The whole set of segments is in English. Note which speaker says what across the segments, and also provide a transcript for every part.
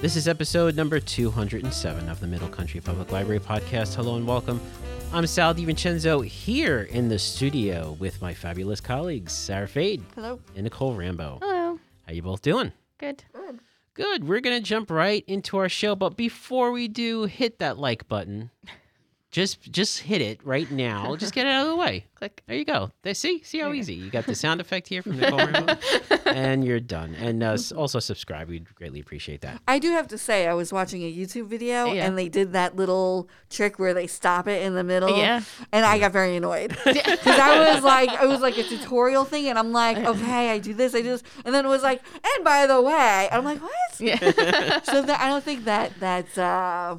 Speaker 1: This is episode number 207 of the Middle Country Public Library podcast. Hello and welcome. I'm Sal DiVincenzo here in the studio with my fabulous colleagues, Sarah Fade
Speaker 2: Hello.
Speaker 1: and Nicole Rambo.
Speaker 3: Hello.
Speaker 1: How you both doing?
Speaker 3: Good.
Speaker 1: Good. We're going to jump right into our show, but before we do, hit that like button. Just just hit it right now. Just get it out of the way.
Speaker 3: Click.
Speaker 1: There you go. There, see, see how easy. You got the sound effect here from Nicole Rambo, and you're done. And uh, s- also subscribe. We'd greatly appreciate that.
Speaker 2: I do have to say, I was watching a YouTube video
Speaker 3: Yeah.
Speaker 2: and they did that little trick where they stop it in the middle.
Speaker 3: Yeah.
Speaker 2: And I got very annoyed because I was like, it was like a tutorial thing, and I'm like, okay, I do this, I do this, and then it was like, and by the way, I'm like, what?
Speaker 3: Yeah.
Speaker 2: So that I don't think that that's uh,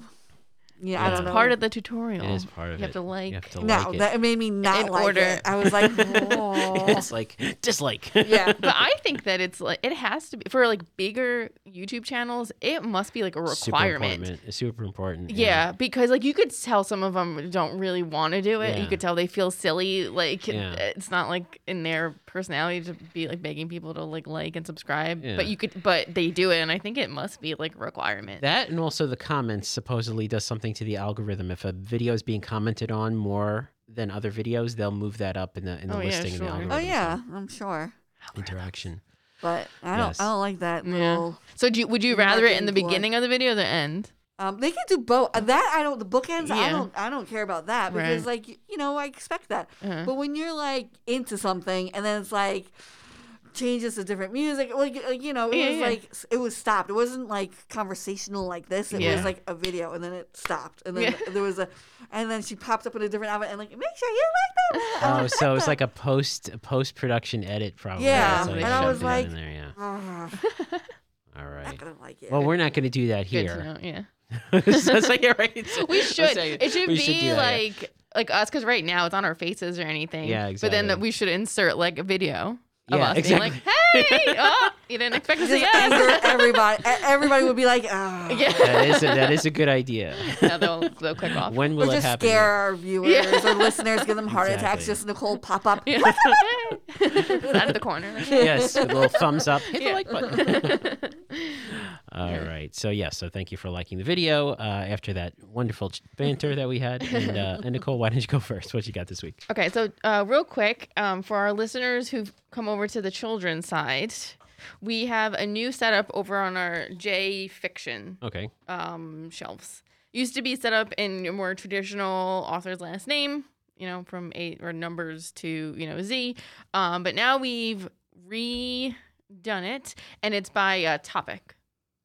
Speaker 2: yeah, I
Speaker 1: That's
Speaker 2: don't know.
Speaker 3: Part of the tutorial.
Speaker 1: It is part of
Speaker 3: You have
Speaker 1: it.
Speaker 3: to like.
Speaker 1: You have to
Speaker 2: no,
Speaker 1: like it.
Speaker 2: that made me not
Speaker 3: In
Speaker 2: like
Speaker 3: order.
Speaker 2: it. I was like, oh.
Speaker 1: it's like dislike.
Speaker 2: yeah.
Speaker 3: but I think that it's like it has to be for like bigger YouTube channels. It must be like a requirement.
Speaker 1: Super important. It's super important.
Speaker 3: Yeah, because like you could tell some of them don't really want to do it.
Speaker 1: Yeah.
Speaker 3: You could tell they feel silly. Like
Speaker 1: Yeah.
Speaker 3: it's not like in their personality to be like begging people to like like and subscribe.
Speaker 1: Yeah.
Speaker 3: But you could, but they do it, and I think it must be like a requirement.
Speaker 1: That and also the comments supposedly does something to the algorithm. If a video is being commented on more than other videos, they'll move that up in the in the
Speaker 3: Oh, yeah,
Speaker 1: listing in the
Speaker 3: sure.
Speaker 1: algorithm.
Speaker 2: oh yeah, I'm sure,
Speaker 1: for Interaction.
Speaker 2: but I don't,
Speaker 1: Yes.
Speaker 2: I don't like that
Speaker 3: Yeah.
Speaker 2: little.
Speaker 3: so do you, would you rather it in the
Speaker 2: Marketing for-
Speaker 3: beginning of the video or the end?
Speaker 2: Um, they can do both. Uh, That I don't. The bookends, I
Speaker 3: Yeah.
Speaker 2: don't. I don't care about that because, like, y- you know, I expect that.
Speaker 3: Uh-huh.
Speaker 2: But when you're like into something and then it's like changes to different music, like uh, you know, it
Speaker 3: Yeah,
Speaker 2: was
Speaker 3: yeah.
Speaker 2: like s- it was stopped. It wasn't like conversational like this. It
Speaker 3: Yeah.
Speaker 2: was like a video, and then it stopped, and then
Speaker 3: Yeah.
Speaker 2: there was a, and then she popped up in a different outfit, and like, make sure you like that. one." I
Speaker 1: Oh,
Speaker 2: was
Speaker 1: so it's like a post post production edit probably.
Speaker 2: Yeah,
Speaker 1: So they
Speaker 3: and I
Speaker 1: shoved it
Speaker 3: was
Speaker 1: in
Speaker 2: like-
Speaker 1: there, yeah.
Speaker 2: "Ugh,
Speaker 1: All
Speaker 2: not
Speaker 1: right.
Speaker 2: gonna like it.
Speaker 1: Well, we're not going to do that
Speaker 3: Good to
Speaker 1: here.
Speaker 3: know, Yeah.
Speaker 1: so it's like, yeah, right. So
Speaker 3: We
Speaker 1: I'm
Speaker 3: should.
Speaker 1: saying
Speaker 3: It should
Speaker 1: we
Speaker 3: be
Speaker 1: do that, yeah.
Speaker 3: like like us because right now it's on our faces or anything.
Speaker 1: Yeah,
Speaker 3: But then
Speaker 1: exactly.
Speaker 3: we should insert like a video of
Speaker 1: Yeah,
Speaker 3: us
Speaker 1: exactly.
Speaker 3: being like, "Hey, oh, you didn't expect to
Speaker 2: Just
Speaker 3: see us."
Speaker 2: anger everybody. e- Everybody would be like, ah.
Speaker 3: Yeah.
Speaker 1: that is a, that is a good idea.
Speaker 3: now they'll, they'll click off.
Speaker 1: when
Speaker 2: Or
Speaker 1: will it
Speaker 2: just
Speaker 1: happen?
Speaker 2: scare our viewers
Speaker 3: Yeah.
Speaker 2: or listeners, give them heart
Speaker 1: Exactly.
Speaker 2: attacks. Just Nicole pop up.
Speaker 3: Yeah. Out of the corner.
Speaker 1: yes, with a little thumbs up. Hit
Speaker 3: Yeah.
Speaker 1: the like button. All right. So yeah. So thank you for liking the video. Uh, after that wonderful ch- banter that we had, and, uh, and Nicole, why don't you go first? What you got this week?
Speaker 3: Okay, so uh, real quick, um, for our listeners who've come over to the children's side, we have a new setup over on our J Fiction
Speaker 1: Okay.
Speaker 3: um, shelves. Used to be set up in your more traditional author's last name, you know, from eight or numbers to, you know, Z. Um, but now we've redone it and it's by uh, topic.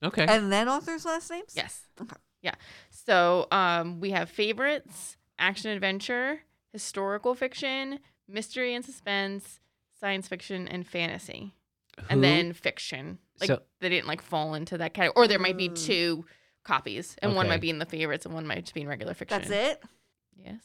Speaker 1: Okay.
Speaker 2: And then authors' last names?
Speaker 3: Yes.
Speaker 2: Okay.
Speaker 3: Yeah. So um, we have favorites, action adventure, historical fiction, mystery and suspense, science fiction, and fantasy.
Speaker 1: Who-
Speaker 3: And then fiction. Like
Speaker 1: So-
Speaker 3: they didn't like fall into that category. Or there might be
Speaker 2: Mm.
Speaker 3: two copies, and one
Speaker 1: Okay.
Speaker 3: might be in the favorites, and one might just be in regular fiction.
Speaker 2: That's it?
Speaker 3: Yes.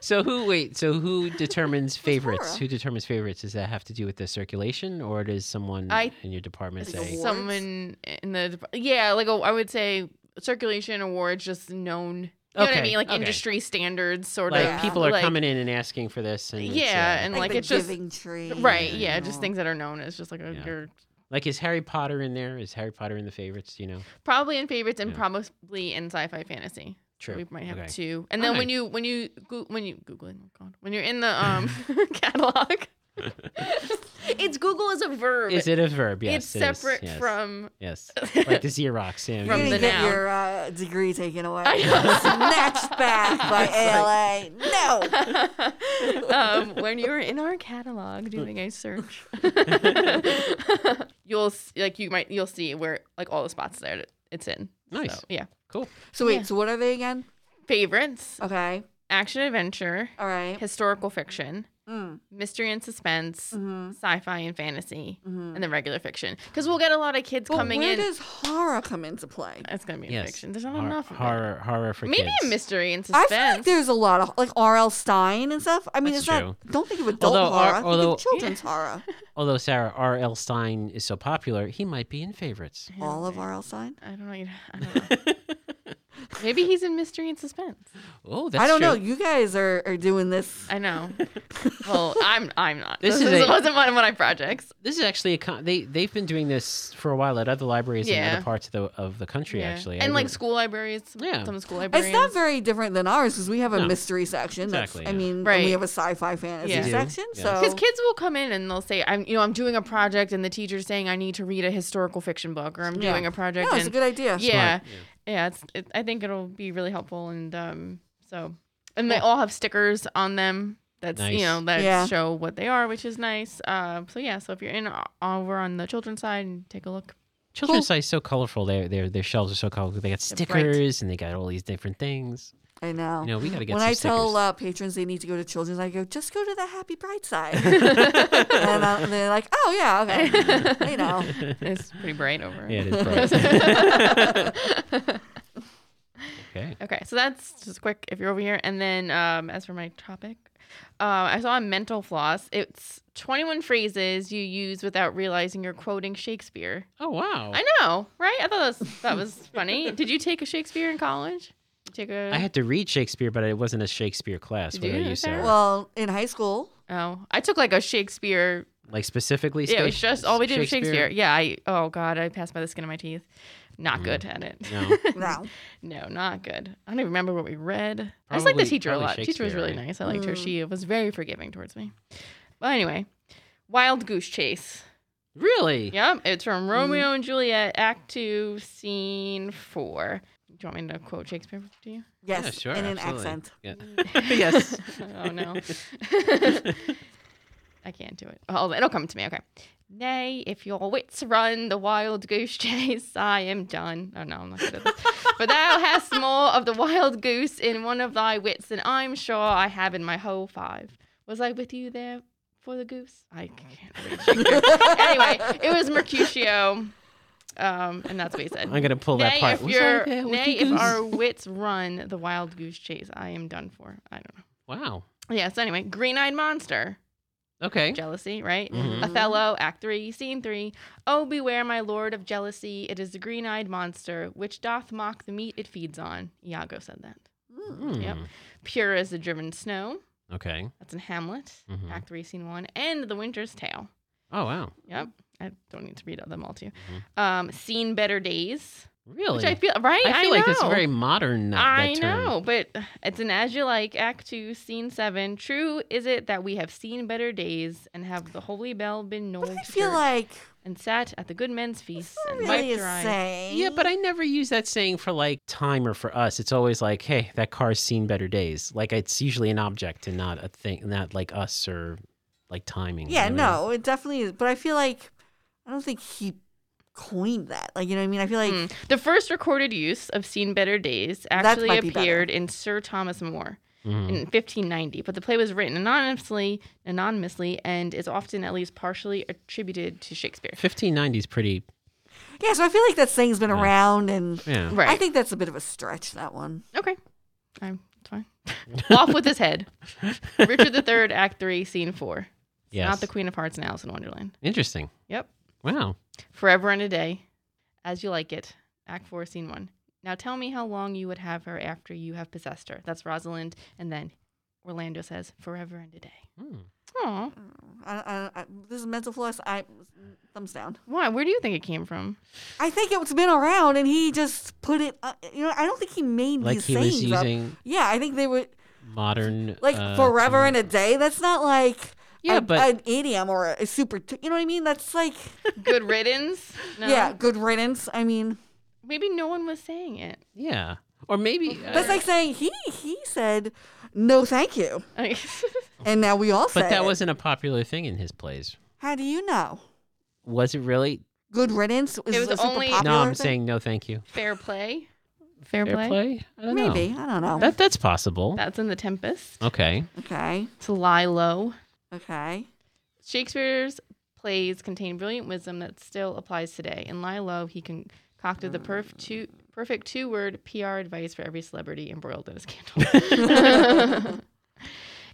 Speaker 1: so who? Wait. So who determines favorites?
Speaker 2: Laura?
Speaker 1: Who determines favorites? Does that have to do with the circulation, or does someone
Speaker 3: I-
Speaker 1: in your department
Speaker 2: It's a
Speaker 1: say?
Speaker 2: awards?
Speaker 3: Someone in the yeah, like a, I would say circulation awards, just known. You know what
Speaker 1: Okay,
Speaker 3: I mean? Like
Speaker 1: okay.
Speaker 3: industry standards, sort
Speaker 1: Like
Speaker 3: of.
Speaker 2: Yeah.
Speaker 1: people are
Speaker 3: like-
Speaker 1: coming in and asking for this, and it's,
Speaker 3: Yeah,
Speaker 1: uh,
Speaker 3: and like
Speaker 2: the
Speaker 3: it's just-
Speaker 2: giving tree.
Speaker 3: Right.
Speaker 1: Yeah,
Speaker 3: Yeah.
Speaker 1: yeah.
Speaker 3: Just
Speaker 2: things.
Speaker 3: things that are known as just like a,
Speaker 1: Yeah.
Speaker 3: your
Speaker 1: like is Harry Potter in there? Is Harry Potter in the favorites? Do You know,
Speaker 3: probably in favorites and
Speaker 1: Yeah.
Speaker 3: probably in sci-fi fantasy. So
Speaker 1: true.
Speaker 3: We might have
Speaker 1: okay.
Speaker 3: two. And then
Speaker 1: Okay.
Speaker 3: when you when you Goo- when you Google it, oh God, when you're in the um catalog, it's Google is a verb.
Speaker 1: Is it a verb? Yes.
Speaker 3: it's
Speaker 1: it is.
Speaker 3: separate
Speaker 1: Yes.
Speaker 3: from.
Speaker 1: Yes. Like the Xerox, yeah.
Speaker 2: You're
Speaker 3: From
Speaker 2: going
Speaker 3: the
Speaker 2: to get
Speaker 3: noun.
Speaker 2: your uh, degree taken away.
Speaker 3: I know.
Speaker 2: Snatched back by ALA. No.
Speaker 3: um, when you're in our catalog doing a search, you'll s- like you might you'll see where like all the spots that it's in.
Speaker 1: Nice.
Speaker 3: So, yeah.
Speaker 1: Cool.
Speaker 2: So, wait,
Speaker 3: Yeah.
Speaker 2: so what are they again?
Speaker 3: Favorites,
Speaker 2: Okay.
Speaker 3: action adventure,
Speaker 2: All right.
Speaker 3: historical fiction,
Speaker 2: Mm.
Speaker 3: mystery and suspense,
Speaker 2: Mm-hmm.
Speaker 3: sci-fi and fantasy,
Speaker 2: Mhm.
Speaker 3: and then regular fiction. Because we'll get a lot of kids
Speaker 2: But
Speaker 3: coming
Speaker 2: where
Speaker 3: in.
Speaker 2: does horror come into play?
Speaker 3: That's gonna be a
Speaker 1: Yes.
Speaker 3: fiction. There's not
Speaker 1: Hor-
Speaker 3: enough of it.
Speaker 1: horror, horror for
Speaker 3: Maybe
Speaker 1: kids.
Speaker 3: a mystery and
Speaker 2: I
Speaker 3: suspense.
Speaker 2: feel like there's a lot of like R.L. Stein and stuff. I mean,
Speaker 1: That's
Speaker 2: it's
Speaker 1: true.
Speaker 2: not. Don't think of adult
Speaker 1: Although R-
Speaker 2: horror. think
Speaker 1: although-
Speaker 2: of children's horror.
Speaker 1: Although Sarah R.L. Stein is so popular, he might be in favorites.
Speaker 3: I don't
Speaker 2: All of
Speaker 3: think-
Speaker 2: R.L. Stein.
Speaker 3: I don't know. you- I don't know. Maybe he's in mystery and suspense.
Speaker 1: Oh, that's
Speaker 2: I don't know.
Speaker 1: true.
Speaker 2: You guys are, are doing this.
Speaker 3: I know. well, I'm I'm not.
Speaker 1: This
Speaker 3: This,
Speaker 1: is
Speaker 3: is
Speaker 1: a-
Speaker 3: wasn't one of my projects.
Speaker 1: This is actually a con- they they've been doing this for a while at other libraries in
Speaker 3: Yeah.
Speaker 1: other parts of the of the country
Speaker 3: Yeah.
Speaker 1: actually. I
Speaker 3: and like
Speaker 1: remember-
Speaker 3: school libraries.
Speaker 1: Yeah.
Speaker 3: Yeah, some school
Speaker 2: It's
Speaker 3: libraries.
Speaker 2: not very different than ours because we have a
Speaker 1: No.
Speaker 2: mystery section. That's-
Speaker 1: Exactly,
Speaker 2: I
Speaker 1: yeah.
Speaker 2: mean, and
Speaker 3: Right.
Speaker 2: we have a sci-fi fantasy
Speaker 3: Yeah.
Speaker 1: You do?
Speaker 2: section.
Speaker 1: Yeah.
Speaker 2: So
Speaker 3: Because kids will come in and they'll say, "I'm, you know, I'm doing a project," and the teacher's saying, "I need to read a historical fiction book," or "I'm
Speaker 2: Yeah.
Speaker 3: doing a project."
Speaker 2: no, it's a
Speaker 3: and-
Speaker 2: good idea.
Speaker 3: yeah,
Speaker 1: Smart, yeah.
Speaker 3: yeah. It's, it, I think it'll be really helpful, and um, so, and they all have stickers on them. That's
Speaker 1: Nice.
Speaker 3: you know that
Speaker 2: Yeah.
Speaker 3: show what they are, which is nice. Uh, so yeah, so if you're in uh, over on the children's side, and take a look.
Speaker 1: Children's side is so colorful. Their their their shelves are so colorful. They got
Speaker 3: They're
Speaker 1: stickers
Speaker 3: bright.
Speaker 1: and they got all these different things.
Speaker 2: I know.
Speaker 1: You know, we gotta get
Speaker 2: when
Speaker 1: some
Speaker 2: I
Speaker 1: stickers.
Speaker 2: tell uh, patrons they need to go to children's, I go just go to the happy bright side, and uh, they're like, "Oh yeah, okay, I know."
Speaker 3: It's pretty bright over.
Speaker 1: yeah, it is bright. okay.
Speaker 3: Okay, so that's just quick if you're over here. And then um, as for my topic, uh, I saw a mental floss. It's 21 phrases you use without realizing you're quoting Shakespeare.
Speaker 1: Oh wow.
Speaker 3: I know, right? I thought that was, that was funny. Did you take a Shakespeare in college? You Take a
Speaker 1: I had to read Shakespeare, but it wasn't a Shakespeare class.
Speaker 3: Did
Speaker 1: What
Speaker 3: you?
Speaker 1: about you,
Speaker 3: Okay.
Speaker 1: Sarah?
Speaker 2: Well, in high school,
Speaker 3: oh, I took like a Shakespeare.
Speaker 1: like specifically.
Speaker 3: Yeah, it was
Speaker 1: space-
Speaker 3: just all we did was Shakespeare. Yeah, I oh god, I passed by the skin of my teeth. Not good at it.
Speaker 1: Mm. No.
Speaker 2: no,
Speaker 3: No, not good. I don't even remember what we read. I just like the
Speaker 1: Probably-
Speaker 3: teacher a
Speaker 1: probably
Speaker 3: lot. teacher was
Speaker 1: Shakespeare,
Speaker 3: really
Speaker 1: right?
Speaker 3: nice. I liked her.
Speaker 2: Mm.
Speaker 3: She was very forgiving towards me. But anyway, Wild Goose Chase.
Speaker 1: Really?
Speaker 3: Yep,
Speaker 1: Mm.
Speaker 3: it's from Romeo and Juliet, Act Two, Scene Four. Do you want me to quote Shakespeare to you?
Speaker 2: yes,
Speaker 1: Yeah, sure.
Speaker 2: in an
Speaker 1: absolutely.
Speaker 2: accent.
Speaker 1: Yeah. yes.
Speaker 3: oh no. I can't do it. Oh, it'll come to me. Okay. Nay, if your wits run the wild goose chase, I am done. Oh no, I'm not good at this. For thou hast more of the wild goose in one of thy wits than I'm sure I have in my whole five. Was I with you there for the goose? I
Speaker 1: Oh,
Speaker 3: can't read Shakespeare. anyway, it was Mercutio, um, and that's what he said.
Speaker 1: I'm gonna pull that
Speaker 3: Nay,
Speaker 1: part.
Speaker 3: if,
Speaker 1: Was
Speaker 3: your,
Speaker 1: I there with
Speaker 3: nay
Speaker 1: you
Speaker 3: if
Speaker 1: goose?
Speaker 3: our wits run the wild goose chase, I am done for. I don't know.
Speaker 1: Wow.
Speaker 3: Yeah, so anyway, Green Eyed Monster.
Speaker 1: Okay.
Speaker 3: Jealousy, right?
Speaker 1: Mhm.
Speaker 3: Othello, Act 3, Scene 3. Oh, beware, my lord of jealousy. It is the green eyed monster, which doth mock the meat it feeds on. Iago said that.
Speaker 2: Mm.
Speaker 1: Hmm.
Speaker 3: Yep. Pure as the driven snow.
Speaker 1: Okay.
Speaker 3: That's in Hamlet,
Speaker 1: Mhm.
Speaker 3: Act 3, Scene 1. And The Winter's Tale.
Speaker 1: Oh wow.
Speaker 3: Yep. I don't need to read them all to you. Um, seen Better Days.
Speaker 1: Mm-hmm. Really?
Speaker 3: Which I feel, right?
Speaker 1: I feel like that's
Speaker 3: know.
Speaker 1: very modern. That, that
Speaker 3: I
Speaker 1: term.
Speaker 3: know, but it's an as you like, Act Two, Scene Seven. True is it that we have seen better days, and have the holy bell been known
Speaker 2: But
Speaker 3: to
Speaker 2: I feel
Speaker 3: serve,
Speaker 2: like
Speaker 3: and sat at the good men's feast
Speaker 2: that
Speaker 3: and
Speaker 2: really
Speaker 3: wiped
Speaker 2: is
Speaker 3: her eyes.
Speaker 2: saying.
Speaker 1: Yeah, but I never use that saying for like time or for us. It's always like, hey, that car's seen better days. Like it's usually an object and not a thing, not like us or like timing.
Speaker 2: yeah,
Speaker 1: you know what I mean?
Speaker 2: no, it definitely is. But I feel like I don't think he coined that. Like you know what I mean? I feel like
Speaker 1: Hmm.
Speaker 3: Mm. The first recorded use of "Seen Better Days" actually
Speaker 2: might be better.
Speaker 3: appeared in Sir Thomas More
Speaker 1: Mhm.
Speaker 3: in 1590, but the play was written anonymously, anonymously, and is often at least partially attributed to Shakespeare.
Speaker 1: 1590 is pretty.
Speaker 2: yeah. So I feel like that saying's been around, and
Speaker 1: Yeah.
Speaker 3: Right.
Speaker 2: I think that's a bit of a stretch. That one.
Speaker 3: Okay. I'm it's fine. Off with his head. Richard the Third, Act Three, Scene Four. It's
Speaker 1: Yes.
Speaker 3: Not the Queen of Hearts and Alice in Wonderland.
Speaker 1: Interesting.
Speaker 3: Yep.
Speaker 1: Wow.
Speaker 3: Forever and a Day, As You Like It, Act Four, Scene One. Now tell me how long you would have her after you have possessed her. That's Rosalind, and then Orlando says, "Forever and a day."
Speaker 1: Hmm.
Speaker 3: Aw,
Speaker 2: I, I, I, this is mental floss. I thumbs down.
Speaker 3: why? Where do you think it came from?
Speaker 2: I think it's been around, and he just put it. Uh, you know, I don't think he made
Speaker 1: Like
Speaker 2: these
Speaker 1: he
Speaker 2: sayings
Speaker 1: was
Speaker 2: up.
Speaker 1: using
Speaker 2: Yeah, I think they were
Speaker 1: modern.
Speaker 2: like
Speaker 1: uh,
Speaker 2: forever
Speaker 1: term-
Speaker 2: and a day. That's not like
Speaker 1: Yeah,
Speaker 2: a-
Speaker 1: but-
Speaker 2: an idiom or a, super. T- you know what I mean? That's like
Speaker 3: Good riddance. No?
Speaker 2: yeah, good riddance. I mean,
Speaker 3: Maybe no one was saying it.
Speaker 1: Yeah. Or maybe. uh,
Speaker 2: that's like saying he he said no, thank you,
Speaker 3: Okay.
Speaker 2: and now we all say.
Speaker 1: but that
Speaker 2: it.
Speaker 1: wasn't a popular thing in his plays.
Speaker 2: How do you know?
Speaker 1: Was it really?
Speaker 2: Good riddance is
Speaker 3: was
Speaker 2: a super
Speaker 3: only- No,
Speaker 2: popular
Speaker 1: No, I'm
Speaker 2: thing?
Speaker 1: saying no, thank you.
Speaker 3: Fair play. Fair,
Speaker 1: Fair play? I don't know.
Speaker 2: maybe I don't know.
Speaker 1: That, that's possible.
Speaker 3: That's in the Tempest.
Speaker 1: okay.
Speaker 2: okay,
Speaker 3: To lie low.
Speaker 2: okay.
Speaker 3: Shakespeare's plays contain brilliant wisdom that still applies today. In Lie Low, he concocted the perf two, perfect two word PR advice for every celebrity embroiled in a scandal.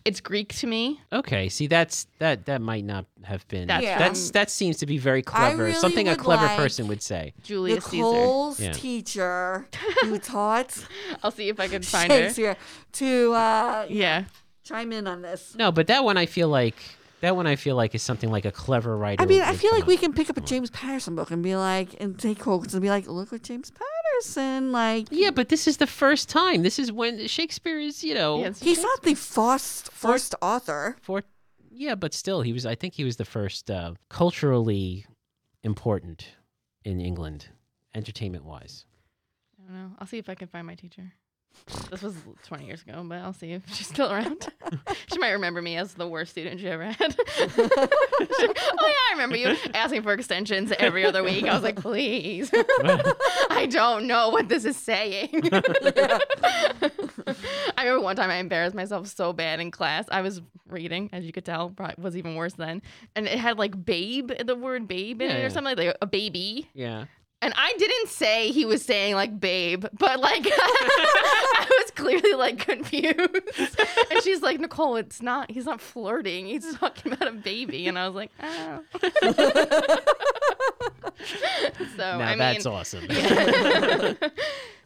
Speaker 3: It's Greek to me.
Speaker 1: Okay, see that's that that might not have been
Speaker 3: That's
Speaker 2: Yeah.
Speaker 1: that's that seems to be very clever.
Speaker 2: really
Speaker 1: Something a
Speaker 2: would
Speaker 1: clever
Speaker 2: like-
Speaker 1: person would say.
Speaker 3: Julius
Speaker 2: Nicole's
Speaker 1: Yeah.
Speaker 2: teacher who taught
Speaker 3: Caesar. I'll see if I can find her.
Speaker 2: Shakespeare to uh,
Speaker 3: Yeah.
Speaker 2: chime in on this.
Speaker 1: No, but that one I feel like that one I feel like is something like a clever writer.
Speaker 2: I mean, I
Speaker 1: would
Speaker 2: feel
Speaker 1: come
Speaker 2: like
Speaker 1: up
Speaker 2: we can pick up a James Patterson book and be like, and take quotes and be like, look at James Patterson. Like,
Speaker 1: Yeah, but this is the first time. This is when Shakespeare is, you know,
Speaker 3: Yeah,
Speaker 1: yeah,
Speaker 3: it's-
Speaker 2: he's not the first, first author.
Speaker 1: for yeah, but still, he was. I think he was the first uh, culturally important in England, entertainment wise.
Speaker 3: I don't know. I'll see if I can find my teacher. This was 20 years ago, but I'll see if she's still around. she might remember me as the worst student she ever had. She's like, oh, yeah, I remember you asking for extensions every other week. I was like, please. I don't know what this is saying. I remember one time I embarrassed myself so bad in class. I was reading, as you could tell, probably was even worse then. And it had like babe, the word babe in
Speaker 1: Yeah,
Speaker 3: it
Speaker 1: yeah.
Speaker 3: or something, like a baby.
Speaker 1: Yeah,
Speaker 3: And I didn't say he was saying like babe, but like I was clearly like confused. And she's like, Nicole, it's not, he's not flirting. He's talking about a baby. And I was like, oh.
Speaker 1: now
Speaker 3: so, Oh, I
Speaker 1: that's
Speaker 3: mean,
Speaker 1: awesome.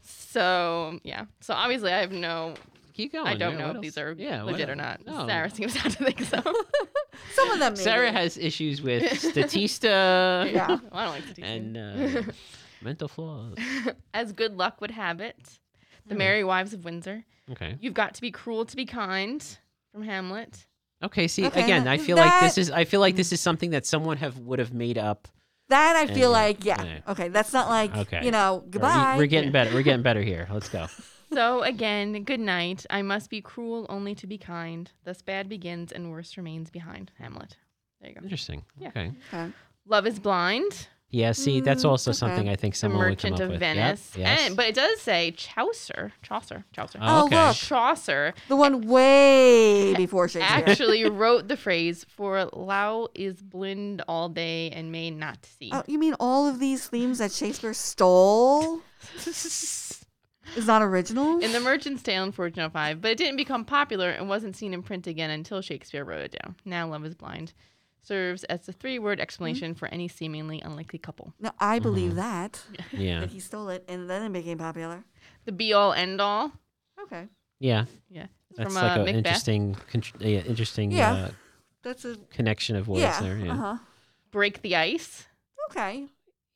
Speaker 3: so yeah. So obviously I have no,
Speaker 1: Keep going.
Speaker 3: I don't
Speaker 1: yeah,
Speaker 3: know
Speaker 1: Oh, what
Speaker 3: if
Speaker 1: else?
Speaker 3: these are
Speaker 1: Yeah, what
Speaker 3: legit or
Speaker 1: else?
Speaker 3: not.
Speaker 1: No.
Speaker 3: Sarah seems not to think so.
Speaker 2: Some of them, maybe.
Speaker 1: Sarah has issues with Statista
Speaker 2: Yeah.
Speaker 3: Well, I don't like to teach
Speaker 1: and
Speaker 3: you.
Speaker 1: uh, mental flaws.
Speaker 3: As good luck would have it,
Speaker 1: Hmm.
Speaker 3: The Merry Wives of Windsor.
Speaker 1: Okay.
Speaker 3: You've got to be cruel to be kind from Hamlet.
Speaker 1: Okay. See,
Speaker 2: Okay,
Speaker 1: again,
Speaker 2: that-
Speaker 1: I feel like this is. I feel like this is something that someone have would have made up.
Speaker 2: That I feel
Speaker 1: Yeah,
Speaker 2: like, yeah.
Speaker 1: uh, yeah.
Speaker 2: Okay, that's not like,
Speaker 1: Okay.
Speaker 2: you know,
Speaker 1: All right,
Speaker 2: goodbye.
Speaker 1: We, we're getting better. We're getting better here. Let's go.
Speaker 3: So again, good night. I must be cruel only to be kind. Thus bad begins and worse remains behind. Hamlet. There you go.
Speaker 1: Interesting.
Speaker 3: Yeah.
Speaker 1: Okay.
Speaker 2: Okay.
Speaker 3: Love is blind.
Speaker 1: Yeah, see, that's
Speaker 2: Mm,
Speaker 1: also
Speaker 2: okay.
Speaker 1: something I think
Speaker 3: The
Speaker 1: someone would come
Speaker 3: Merchant
Speaker 1: up
Speaker 3: of
Speaker 1: with. Yep,
Speaker 3: Venice.
Speaker 1: yes.
Speaker 3: And but it does say Chaucer. Chaucer. Chaucer.
Speaker 1: oh,
Speaker 2: Eh, Oh,
Speaker 1: okay.
Speaker 2: look.
Speaker 3: Chaucer
Speaker 2: The one way before Shakespeare.
Speaker 3: actually wrote the phrase for Lao is blind all day and may not see.
Speaker 2: Oh, you mean all of these themes that Shakespeare stole is not original?
Speaker 3: In The Merchant's Tale in 1405, but it didn't become popular and wasn't seen in print again until Shakespeare wrote it down. Now Love is Blind serves as the three word explanation for any seemingly unlikely couple.
Speaker 2: no, I believe that.
Speaker 1: Mm-hmm. Yeah.
Speaker 2: That he stole it and then it became popular.
Speaker 3: The be all end all.
Speaker 2: Okay.
Speaker 1: Yeah.
Speaker 3: Yeah. It's
Speaker 1: That's
Speaker 3: from
Speaker 1: like
Speaker 3: uh,
Speaker 1: an
Speaker 3: Macbeth.
Speaker 1: interesting, con- yeah, interesting
Speaker 2: Yeah.
Speaker 1: Uh,
Speaker 2: That's a.
Speaker 1: connection of words
Speaker 2: Yeah.
Speaker 1: there. Yeah.
Speaker 2: Uh-huh.
Speaker 3: Break the ice.
Speaker 2: Okay.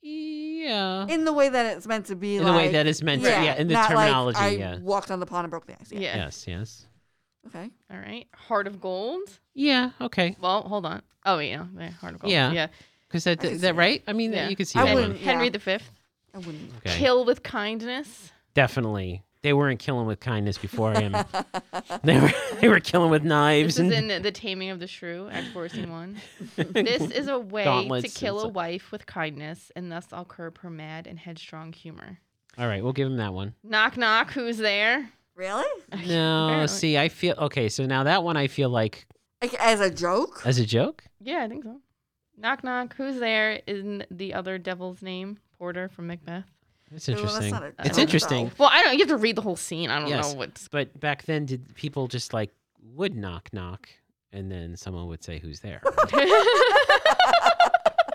Speaker 1: Yeah.
Speaker 2: In the way that it's meant to be
Speaker 1: In
Speaker 2: like.
Speaker 1: the way that is meant to, yeah, in the
Speaker 2: not like
Speaker 1: terminology,
Speaker 2: I
Speaker 1: yeah.
Speaker 2: walked on the pond and broke the ice. Yeah.
Speaker 3: Yeah.
Speaker 1: Yes, yes.
Speaker 2: Okay.
Speaker 3: All right. Heart of gold.
Speaker 1: Yeah, okay.
Speaker 3: Well, hold on. Oh, yeah. yeah, Heart of gold.
Speaker 1: Yeah.
Speaker 3: Yeah.
Speaker 1: Because that,
Speaker 2: I can
Speaker 1: that,
Speaker 2: see
Speaker 1: that
Speaker 2: that.
Speaker 1: right? I mean,
Speaker 3: Yeah.
Speaker 1: you could see
Speaker 2: I
Speaker 1: that
Speaker 2: wouldn't-
Speaker 1: one.
Speaker 3: Henry
Speaker 2: yeah.
Speaker 3: the Fifth.
Speaker 2: I wouldn't.
Speaker 1: Okay.
Speaker 3: Kill with kindness.
Speaker 1: Definitely. They weren't killing with kindness before him. they were they were killing with knives
Speaker 3: This is
Speaker 1: and
Speaker 3: in The Taming of the Shrew, oh Act 4, Scene 1. This is a way to
Speaker 1: Gauntlets and
Speaker 3: kill a
Speaker 1: stuff.
Speaker 3: wife with kindness, and thus I'll curb her mad and headstrong humor.
Speaker 1: All right, we'll give him that one.
Speaker 3: Knock, knock, who's there?
Speaker 2: Really?
Speaker 1: No,
Speaker 3: Apparently.
Speaker 1: see, I feel okay. So now that one, I feel like
Speaker 2: Like, as a joke?
Speaker 1: as a joke.
Speaker 3: Yeah, I think so. Knock, knock, who's there? In the other devil's name, Porter from Macbeth.
Speaker 1: It's
Speaker 2: Well, that's
Speaker 1: interesting.
Speaker 2: not a
Speaker 1: it's
Speaker 3: joke,
Speaker 1: interesting.
Speaker 2: though.
Speaker 3: Well, I don't. You have to read the whole scene. I don't
Speaker 1: Yes.
Speaker 3: know what's.
Speaker 1: But back then, did people just like would knock knock, and then someone would say, "Who's there?"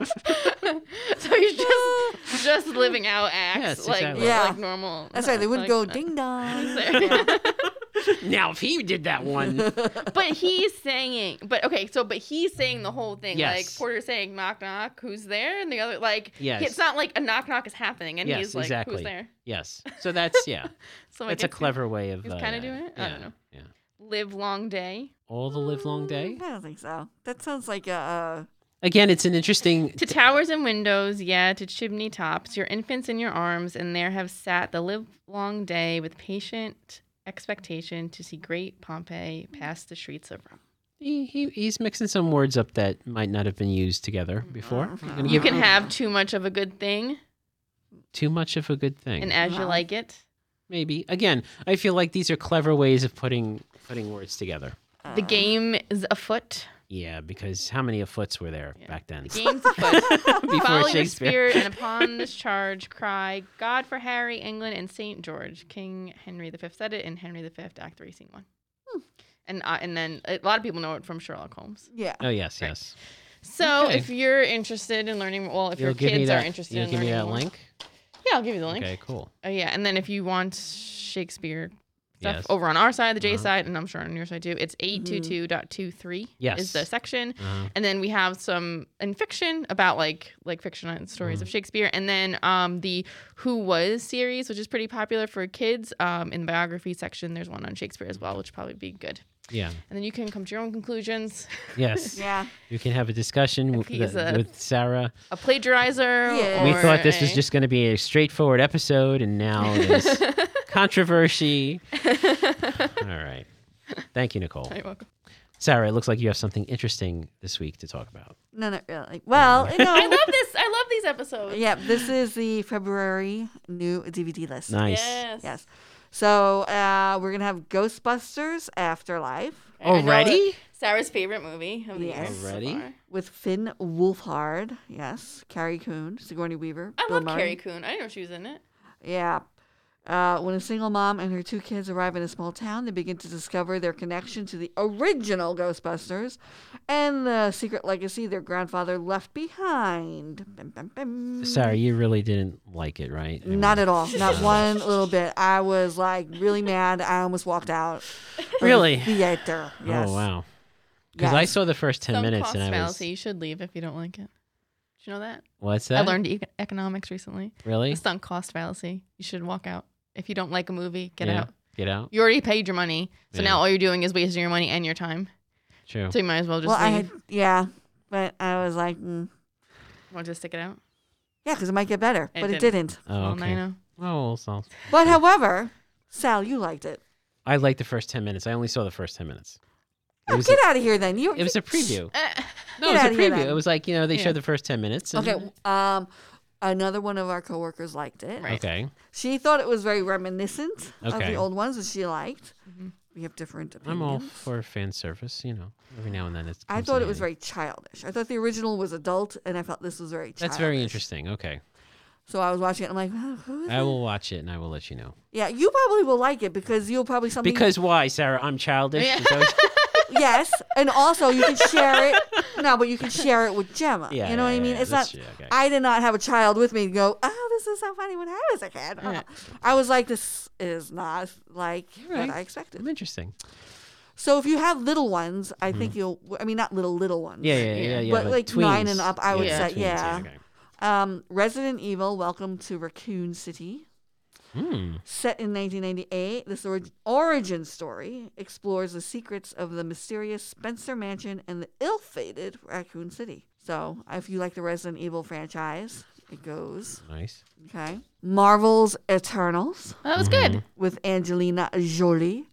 Speaker 3: so you're just just living out acts
Speaker 1: Yes,
Speaker 3: like
Speaker 1: exactly.
Speaker 2: Yeah.
Speaker 3: like normal.
Speaker 2: That's right. They wouldn't go
Speaker 3: like-
Speaker 2: ding dong.
Speaker 3: Sorry.
Speaker 1: now, if he did that one,
Speaker 3: but he's saying, but okay, so but he's saying the whole thing,
Speaker 1: Yes.
Speaker 3: like Porter's saying knock knock, who's there, and the other like,
Speaker 1: Yes.
Speaker 3: it's not like a knock knock is happening, and
Speaker 1: Yes,
Speaker 3: he's like,
Speaker 1: exactly.
Speaker 3: who's there?
Speaker 1: yes. So that's yeah.
Speaker 3: So
Speaker 1: that's a
Speaker 3: guess he-
Speaker 1: clever way of
Speaker 3: he's
Speaker 1: uh,
Speaker 3: kinda
Speaker 1: yeah,
Speaker 3: doing it? I
Speaker 1: Yeah,
Speaker 3: don't know.
Speaker 1: Yeah.
Speaker 3: live long day
Speaker 1: All the live long day.
Speaker 3: Um,
Speaker 2: Mm, I don't think so. That sounds like a.
Speaker 1: Again, it's an interesting.
Speaker 3: to towers and windows, yeah, to chimney tops, your infants in your arms, and there have sat the live long day with patient expectation to see great Pompeii past the streets of Rome.
Speaker 1: He, he he's mixing some words up that might not have been used together before. I'm gonna
Speaker 3: Mm-hmm. You
Speaker 1: give
Speaker 3: can have too much of a good thing,
Speaker 1: too much of a good thing.
Speaker 3: and as you
Speaker 2: Wow.
Speaker 3: like it.
Speaker 1: Maybe again, I feel like these are clever ways of putting putting words together.
Speaker 2: Uh, uh,
Speaker 3: The game is afoot.
Speaker 1: Yeah, because how many of foots were there
Speaker 3: Yeah.
Speaker 1: back then?
Speaker 3: The game's afoot.
Speaker 1: Before
Speaker 3: Follow your
Speaker 1: Shakespeare.
Speaker 3: spirit, and upon this charge, cry God for
Speaker 1: Hmm.
Speaker 3: Harry, England, and Saint George. King Henry V said it in Henry V, Act Three, Scene One. and uh, and then a lot of people know it from Sherlock Holmes.
Speaker 2: Yeah.
Speaker 1: Oh yes, yes.
Speaker 3: So
Speaker 1: Okay.
Speaker 3: if you're interested in learning, well, if
Speaker 1: You'll
Speaker 3: your
Speaker 1: give me
Speaker 3: kids
Speaker 1: that.
Speaker 3: are interested
Speaker 1: you'll
Speaker 3: in
Speaker 1: give me
Speaker 3: learning,
Speaker 1: that
Speaker 3: more-
Speaker 1: link.
Speaker 3: Yeah, I'll give you the link.
Speaker 1: Okay, cool.
Speaker 3: Uh, yeah, and then if you want Shakespeare stuff
Speaker 1: Yes.
Speaker 3: over on our side, the J
Speaker 1: Uh-huh. Mm-hmm.
Speaker 3: side, and I'm sure on your side too, it's 822.23 is the
Speaker 1: Yes.
Speaker 3: section.
Speaker 1: Uh,
Speaker 3: And then we have some in fiction about like like fictionalized stories
Speaker 1: Mm-hmm.
Speaker 3: of Shakespeare, and then um, the Who Was series, which is pretty popular for kids. Um, in the biography section, there's one on Shakespeare as well, which would probably be good.
Speaker 1: yeah.
Speaker 3: And then you can come to your own conclusions.
Speaker 1: Yes.
Speaker 2: Yeah.
Speaker 1: You can have a discussion with,
Speaker 3: he's
Speaker 1: the-
Speaker 3: a-
Speaker 1: with Sarah.
Speaker 3: A plagiarizer.
Speaker 2: Yeah.
Speaker 1: we
Speaker 3: or
Speaker 1: thought this was
Speaker 3: a-
Speaker 1: just going to be a straightforward episode, and now there's controversy. All right. Thank you, Nicole.
Speaker 3: You're welcome.
Speaker 1: Sarah, it looks like you have something interesting this week to talk about.
Speaker 2: No, not really. Well,
Speaker 3: I
Speaker 2: no.
Speaker 3: love this. I love these episodes.
Speaker 2: yeah, this is the February new DVD list.
Speaker 1: Nice.
Speaker 3: Yes.
Speaker 2: Yes. So uh, we're gonna have Ghostbusters Afterlife
Speaker 3: I know
Speaker 1: Already?
Speaker 3: Sarah's favorite movie of the year.
Speaker 2: Yes.
Speaker 3: so
Speaker 1: Already?
Speaker 3: far.
Speaker 2: with Finn Wolfhard. Yes. Carrie Coon, Sigourney Weaver.
Speaker 3: I
Speaker 2: Bill
Speaker 3: love
Speaker 2: Murray.
Speaker 3: Carrie Coon. I didn't know she was in it.
Speaker 2: Yeah. Uh, when a single mom and her two kids arrive in a small town, they begin to discover their connection to the original Ghostbusters and the secret legacy their grandfather left behind. Bim, bim, bim.
Speaker 1: Sarah, you really didn't like it, right? I mean,
Speaker 2: Mm-hmm. Not at all. Not one little bit. I was like really mad. I almost walked out. of the
Speaker 1: Really?
Speaker 2: Theater. Yes.
Speaker 1: Oh, wow. Because I
Speaker 2: Yes.
Speaker 1: saw the first 10
Speaker 3: Some
Speaker 1: minutes
Speaker 3: cost
Speaker 1: and I was.
Speaker 3: fallacy. You should leave if you don't like it. Did you know that?
Speaker 1: What's that?
Speaker 3: I learned e- economics recently.
Speaker 1: Really?
Speaker 3: The sunk cost fallacy. You should walk out. If you don't like a movie, get
Speaker 1: Yeah.
Speaker 3: out.
Speaker 1: Get out.
Speaker 3: You already paid your money. So
Speaker 1: Yeah.
Speaker 3: now all you're doing is wasting your money and your time.
Speaker 1: True.
Speaker 3: So you might as well just
Speaker 2: Well, I
Speaker 3: leave.
Speaker 2: had, yeah, but I was like, mm.
Speaker 3: Want to stick it out?
Speaker 2: yeah, because it might get better,
Speaker 3: It
Speaker 2: but it
Speaker 3: didn't.
Speaker 2: didn't.
Speaker 1: Oh,
Speaker 3: All
Speaker 1: okay.
Speaker 3: nine-oh.
Speaker 1: Oh, well, so
Speaker 2: But however, Sal, you liked it.
Speaker 1: I liked the first 10 minutes. I only saw the first 10 minutes. It
Speaker 2: Oh,
Speaker 1: was
Speaker 2: get out of here then. You,
Speaker 1: It was a preview.
Speaker 3: Eh.
Speaker 1: No,
Speaker 2: Get
Speaker 1: it
Speaker 2: outta
Speaker 1: was a
Speaker 2: here,
Speaker 1: preview.
Speaker 2: then.
Speaker 1: It was like, you know, they
Speaker 3: Yeah.
Speaker 1: showed the first 10 minutes. and-
Speaker 2: Okay. Um, another one of our coworkers liked it.
Speaker 3: Right.
Speaker 1: Okay.
Speaker 2: She thought it was very reminiscent of
Speaker 1: Okay.
Speaker 2: the old ones, which she liked. We have different
Speaker 1: I'm
Speaker 2: opinions.
Speaker 1: all for fan service, you know. Every now and then it's.
Speaker 2: I thought it was very childish. I thought the original was adult, and I felt this was very. Childish. Mm-hmm.
Speaker 1: That's very interesting. Okay.
Speaker 2: So I was watching it. And I'm like, "Huh, who is
Speaker 1: I
Speaker 2: it?"
Speaker 1: will watch it and I will let you know.
Speaker 2: Yeah, you probably will like it because you'll probably something.
Speaker 1: Because why, Sarah? I'm childish.
Speaker 3: Yeah.
Speaker 1: Is that what-
Speaker 2: yes, and also you can share it. No, but you can share it with Gemma.
Speaker 1: Yeah,
Speaker 2: you know what
Speaker 1: yeah,
Speaker 2: I mean?
Speaker 1: yeah,
Speaker 2: it's not.
Speaker 1: that's true, okay.
Speaker 2: I did not have a child with me. and Go. Oh, this is so funny. When I was a kid,
Speaker 3: Yeah.
Speaker 2: I was like, this is not like
Speaker 1: right.
Speaker 2: what I expected.
Speaker 1: I'm interesting.
Speaker 2: So if you have little ones, I think you'll. I mean, not little little ones.
Speaker 1: Mm-hmm. Yeah, yeah, yeah. yeah,
Speaker 3: Yeah.
Speaker 2: But, like, nine and up, I would
Speaker 1: yeah,
Speaker 2: say,
Speaker 1: tweens, yeah.
Speaker 2: yeah.
Speaker 1: Okay.
Speaker 2: Um, Resident Evil: Welcome to Raccoon City,
Speaker 1: Hmm.
Speaker 2: set in 1998. This orig- origin story explores the secrets of the mysterious Spencer Mansion and the ill-fated Raccoon City. So if you like the Resident Evil franchise, it goes
Speaker 1: Nice.
Speaker 2: okay. Marvel's Eternals
Speaker 3: That was good.
Speaker 1: Mm-hmm.
Speaker 2: with Angelina Jolie,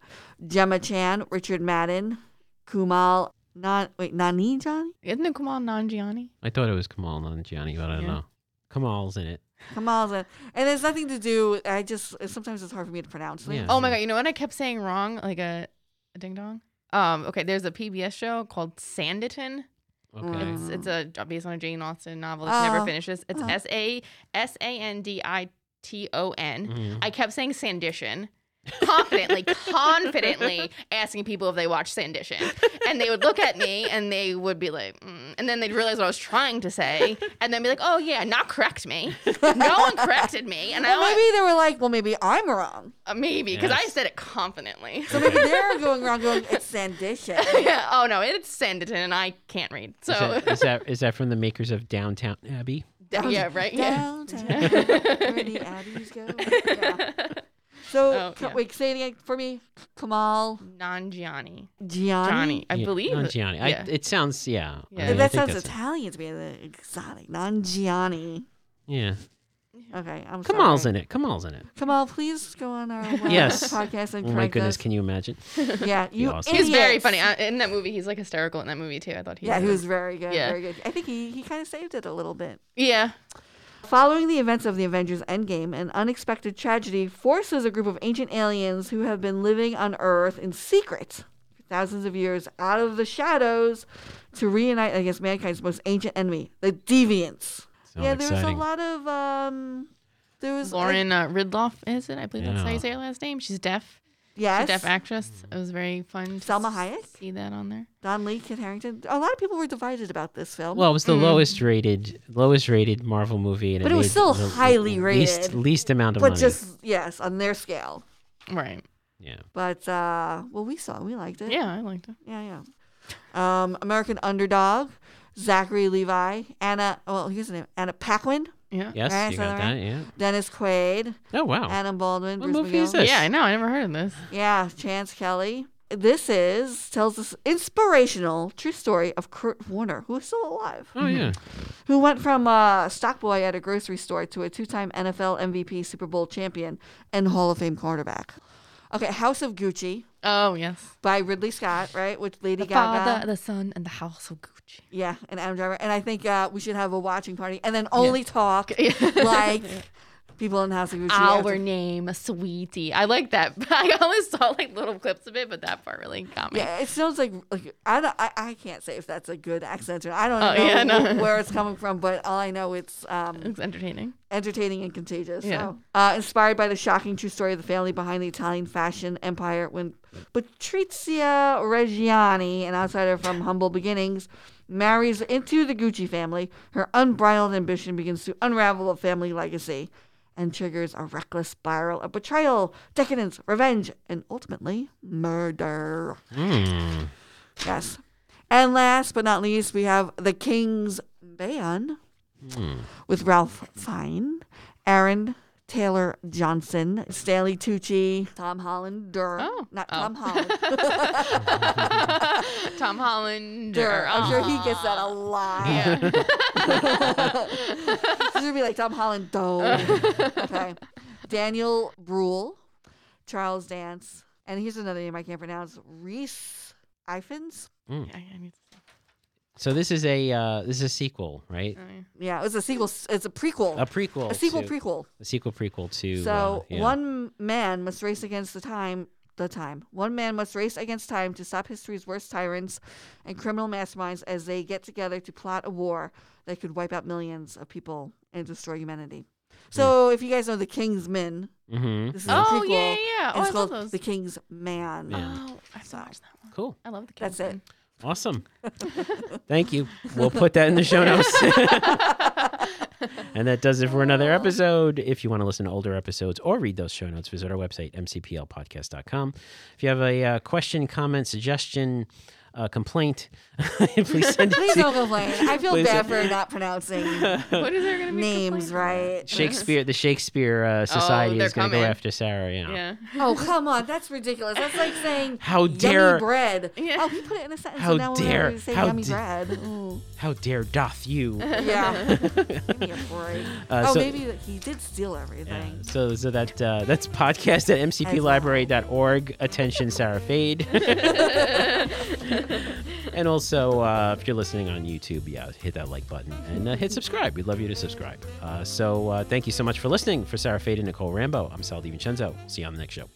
Speaker 2: Gemma Chan, Richard Madden, Kumal. Nan wait, Nani Johnny?
Speaker 3: Isn't it Kumal Nanjiani?
Speaker 1: I thought it was Kamal and Gianni, but I don't
Speaker 3: Yeah.
Speaker 1: know. Kamal's in it.
Speaker 2: Kamal's in. And there's nothing to do. I just sometimes it's hard for me to pronounce names.
Speaker 1: Yeah.
Speaker 3: Oh my god! You know what I kept saying wrong? Like a, a ding dong. Um. Okay. There's a PBS show called Sanditon.
Speaker 1: Okay.
Speaker 3: It's,
Speaker 2: Mm.
Speaker 3: it's a based on a Jane Austen novel that never
Speaker 2: Oh.
Speaker 3: finishes. It's
Speaker 2: Oh.
Speaker 3: S A S A N D I T O N.
Speaker 1: Mhm.
Speaker 3: I kept saying Sandition. Confidently, confidently asking people if they watched Sandition. And they would look at me and they would be like, mm. and then they'd realize what I was trying to say and then be like, oh yeah, not correct me. No one corrected me. And
Speaker 2: Well,
Speaker 3: I
Speaker 2: maybe they were like, well, maybe I'm wrong.
Speaker 3: uh, maybe, because I
Speaker 1: Yes.
Speaker 3: said it confidently.
Speaker 2: So maybe they're going wrong, going, it's Sandition.
Speaker 3: yeah. Oh no, it's Sanditon and I can't read. So
Speaker 1: Is that, is that is that from the makers of Downtown Abbey?
Speaker 3: yeah, right. Yeah.
Speaker 2: Downtown, where the Addies go. Yeah. So,
Speaker 3: Oh,
Speaker 2: ca-
Speaker 3: yeah.
Speaker 2: wait, say it again for me. Kamal
Speaker 3: Nanjiani.
Speaker 2: Gianni.
Speaker 3: Johnny, I
Speaker 1: Yeah,
Speaker 3: believe.
Speaker 1: non Gianni.
Speaker 3: yeah.
Speaker 1: I, it sounds yeah.
Speaker 3: Yeah.
Speaker 1: I
Speaker 3: mean,
Speaker 2: that
Speaker 1: think
Speaker 2: sounds
Speaker 1: that's-
Speaker 2: Italian to me, the exotic. Non Gianni.
Speaker 1: Yeah.
Speaker 2: Okay, I'm sorry.
Speaker 1: Kamal's in it. Kamal's in it.
Speaker 2: Kamal, please go on our uh,
Speaker 1: Yes.
Speaker 2: podcast and correct
Speaker 1: Oh my goodness,
Speaker 2: us.
Speaker 1: can you imagine?
Speaker 2: Yeah, you
Speaker 1: awesome.
Speaker 3: he's very
Speaker 2: idiots.
Speaker 3: funny Uh, in that movie. He's like hysterical in that movie too. I thought he.
Speaker 2: Yeah, he
Speaker 3: good.
Speaker 2: was very good.
Speaker 3: Yeah.
Speaker 2: Very good. I think he, he kind of saved it a little bit.
Speaker 3: Yeah.
Speaker 2: Following the events of the Avengers Endgame, an unexpected tragedy forces a group of ancient aliens who have been living on Earth in secret for thousands of years out of the shadows to reunite against mankind's most ancient enemy, the Deviants.
Speaker 1: Sounds
Speaker 2: yeah, there was a
Speaker 1: Oh, exciting.
Speaker 2: lot of. um there was like-
Speaker 3: Lauren uh, Ridloff is it? I believe that's how
Speaker 1: Yeah.
Speaker 3: you say her last name. She's deaf. The
Speaker 2: Yes.
Speaker 3: deaf actress. It was very fun to
Speaker 2: Selma
Speaker 3: s-
Speaker 2: Hayek?
Speaker 3: see that on there.
Speaker 2: Don Lee, Kit Harrington. A lot of people were divided about this film.
Speaker 1: Well, it was the
Speaker 3: Mm.
Speaker 1: lowest rated, lowest rated Marvel movie, and
Speaker 2: But it was
Speaker 1: made
Speaker 2: still
Speaker 1: the
Speaker 2: highly
Speaker 1: least,
Speaker 2: rated.
Speaker 1: least amount of
Speaker 2: but
Speaker 1: money.
Speaker 2: just yes, on their scale.
Speaker 3: Right.
Speaker 1: yeah,
Speaker 2: But uh, well, we saw, it. we liked it.
Speaker 3: Yeah, I liked it.
Speaker 2: yeah, yeah. Um, American Underdog, Zachary Levi, Anna. Well, here's the name: Anna Paquin,
Speaker 3: Yeah.
Speaker 1: yes,
Speaker 2: Right,
Speaker 1: you
Speaker 2: so
Speaker 1: got
Speaker 2: they're-
Speaker 1: that. Yeah.
Speaker 2: Dennis Quaid,
Speaker 1: Oh wow.
Speaker 2: Adam Baldwin,
Speaker 1: What
Speaker 2: Bruce
Speaker 1: movie is
Speaker 2: McGill.
Speaker 1: this?
Speaker 3: Yeah, I know. I never heard of this.
Speaker 2: Yeah, Chance Kelly. This is tells this inspirational true story of Kurt Warner, who is still alive,
Speaker 1: Oh yeah.
Speaker 2: who went from a stock boy at a grocery store to a two-time NFL MVP, Super Bowl champion, and Hall of Fame quarterback. Okay, House of Gucci
Speaker 3: Oh yes.
Speaker 2: by Ridley Scott, right? With Lady
Speaker 3: The
Speaker 2: Gaga.
Speaker 3: father, the son, and the house of Gucci.
Speaker 2: Yeah, and Adam Driver. And I think uh, we should have a watching party and then only talk like people in House of Gucci.
Speaker 3: Our
Speaker 2: after-
Speaker 3: name, sweetie. I like that. I only saw like little clips of it, but that part really got me.
Speaker 2: Yeah, it sounds like, like I, don't, I I can't say if that's a good accent or I don't
Speaker 3: Oh,
Speaker 2: know
Speaker 3: yeah, no.
Speaker 2: wh- where it's coming from, but all I know it's
Speaker 3: It
Speaker 2: um,
Speaker 3: was entertaining.
Speaker 2: entertaining and contagious.
Speaker 3: Yeah.
Speaker 2: So. Uh, inspired by the shocking true story of the family behind the Italian fashion empire, when Patrizia Reggiani, an outsider from humble beginnings, marries into the Gucci family, her unbridled ambition begins to unravel a family legacy and triggers a reckless spiral of betrayal, decadence, revenge, and ultimately murder.
Speaker 1: Mm.
Speaker 2: Yes. And last but not least, we have The King's Bayon with Ralph Fine, Aaron Taylor Johnson, Stanley Tucci, Tom Holland, Durr.
Speaker 3: Oh.
Speaker 2: Not
Speaker 3: Oh.
Speaker 2: Tom Holland.
Speaker 3: Tom Oh, Holland.
Speaker 2: Durr. I'm sure he
Speaker 3: Aw.
Speaker 2: gets that a lot.
Speaker 3: Ah. Yeah.
Speaker 2: He's going to be like Tom Holland, though. okay. Daniel Brule, Charles Dance. And here's another name I can't pronounce Reese Ifans.
Speaker 3: I- I need to-
Speaker 1: So this is a uh, this is a sequel, right?
Speaker 3: oh, yeah.
Speaker 2: Yeah, it was a sequel. It's a prequel.
Speaker 1: A prequel.
Speaker 2: a sequel
Speaker 1: to,
Speaker 2: prequel.
Speaker 1: A sequel prequel to.
Speaker 2: So
Speaker 1: uh, yeah.
Speaker 2: one man must race against the time. The time. One man must race against time to stop history's worst tyrants and criminal masterminds as they get together to plot a war that could wipe out millions of people and destroy humanity.
Speaker 1: Hmm.
Speaker 2: So if you guys know the King's Men,
Speaker 1: Mhm.
Speaker 2: this is a
Speaker 3: Oh
Speaker 2: prequel.
Speaker 3: yeah, yeah, yeah.
Speaker 2: and
Speaker 3: Oh, I
Speaker 2: it's
Speaker 3: love
Speaker 2: called
Speaker 3: those.
Speaker 2: The King's Man.
Speaker 1: Yeah.
Speaker 3: Oh, I have to
Speaker 2: So,
Speaker 3: watch that one.
Speaker 1: Cool.
Speaker 3: I love the.
Speaker 2: That's it.
Speaker 3: Kingsman.
Speaker 1: Awesome. Thank you. We'll put that in the show notes. and that does it for
Speaker 2: Oh.
Speaker 1: another episode. If you want to listen to older episodes or read those show notes, visit our website, mcplpodcast.com. If you have a uh, question, comment, suggestion, uh, complaint, please send
Speaker 2: Please
Speaker 1: it to
Speaker 2: don't complain. I feel
Speaker 1: Please.
Speaker 2: bad for not pronouncing
Speaker 3: What is there gonna be?
Speaker 2: names
Speaker 3: complained?
Speaker 2: right.
Speaker 1: Shakespeare. The Shakespeare uh, Society
Speaker 3: they're
Speaker 1: is going to go
Speaker 3: coming.
Speaker 1: after Sarah. You know.
Speaker 3: Yeah.
Speaker 2: Oh come on, that's ridiculous. That's like saying
Speaker 1: How
Speaker 2: yummy
Speaker 1: dare-
Speaker 2: bread.
Speaker 3: Yeah.
Speaker 2: Oh, he put it in a sentence.
Speaker 1: How
Speaker 2: so now
Speaker 1: dare-
Speaker 2: we say
Speaker 1: how
Speaker 2: yummy
Speaker 1: da-
Speaker 2: bread. Mm.
Speaker 1: How dare doth you?
Speaker 2: Yeah, give me a break.
Speaker 1: Uh,
Speaker 2: oh,
Speaker 1: so-
Speaker 2: maybe that he did steal everything.
Speaker 1: Yeah, so so that uh, that's podcast at mcplibrary.org. Attention, Sarah Fade. and also, uh, if you're listening on YouTube, yeah, hit that like button and uh, hit subscribe. We'd love you to subscribe. Uh, so uh, thank you so much for listening. For Sarah Fade and Nicole Rambo, I'm Sal DiVincenzo. See you on the next show.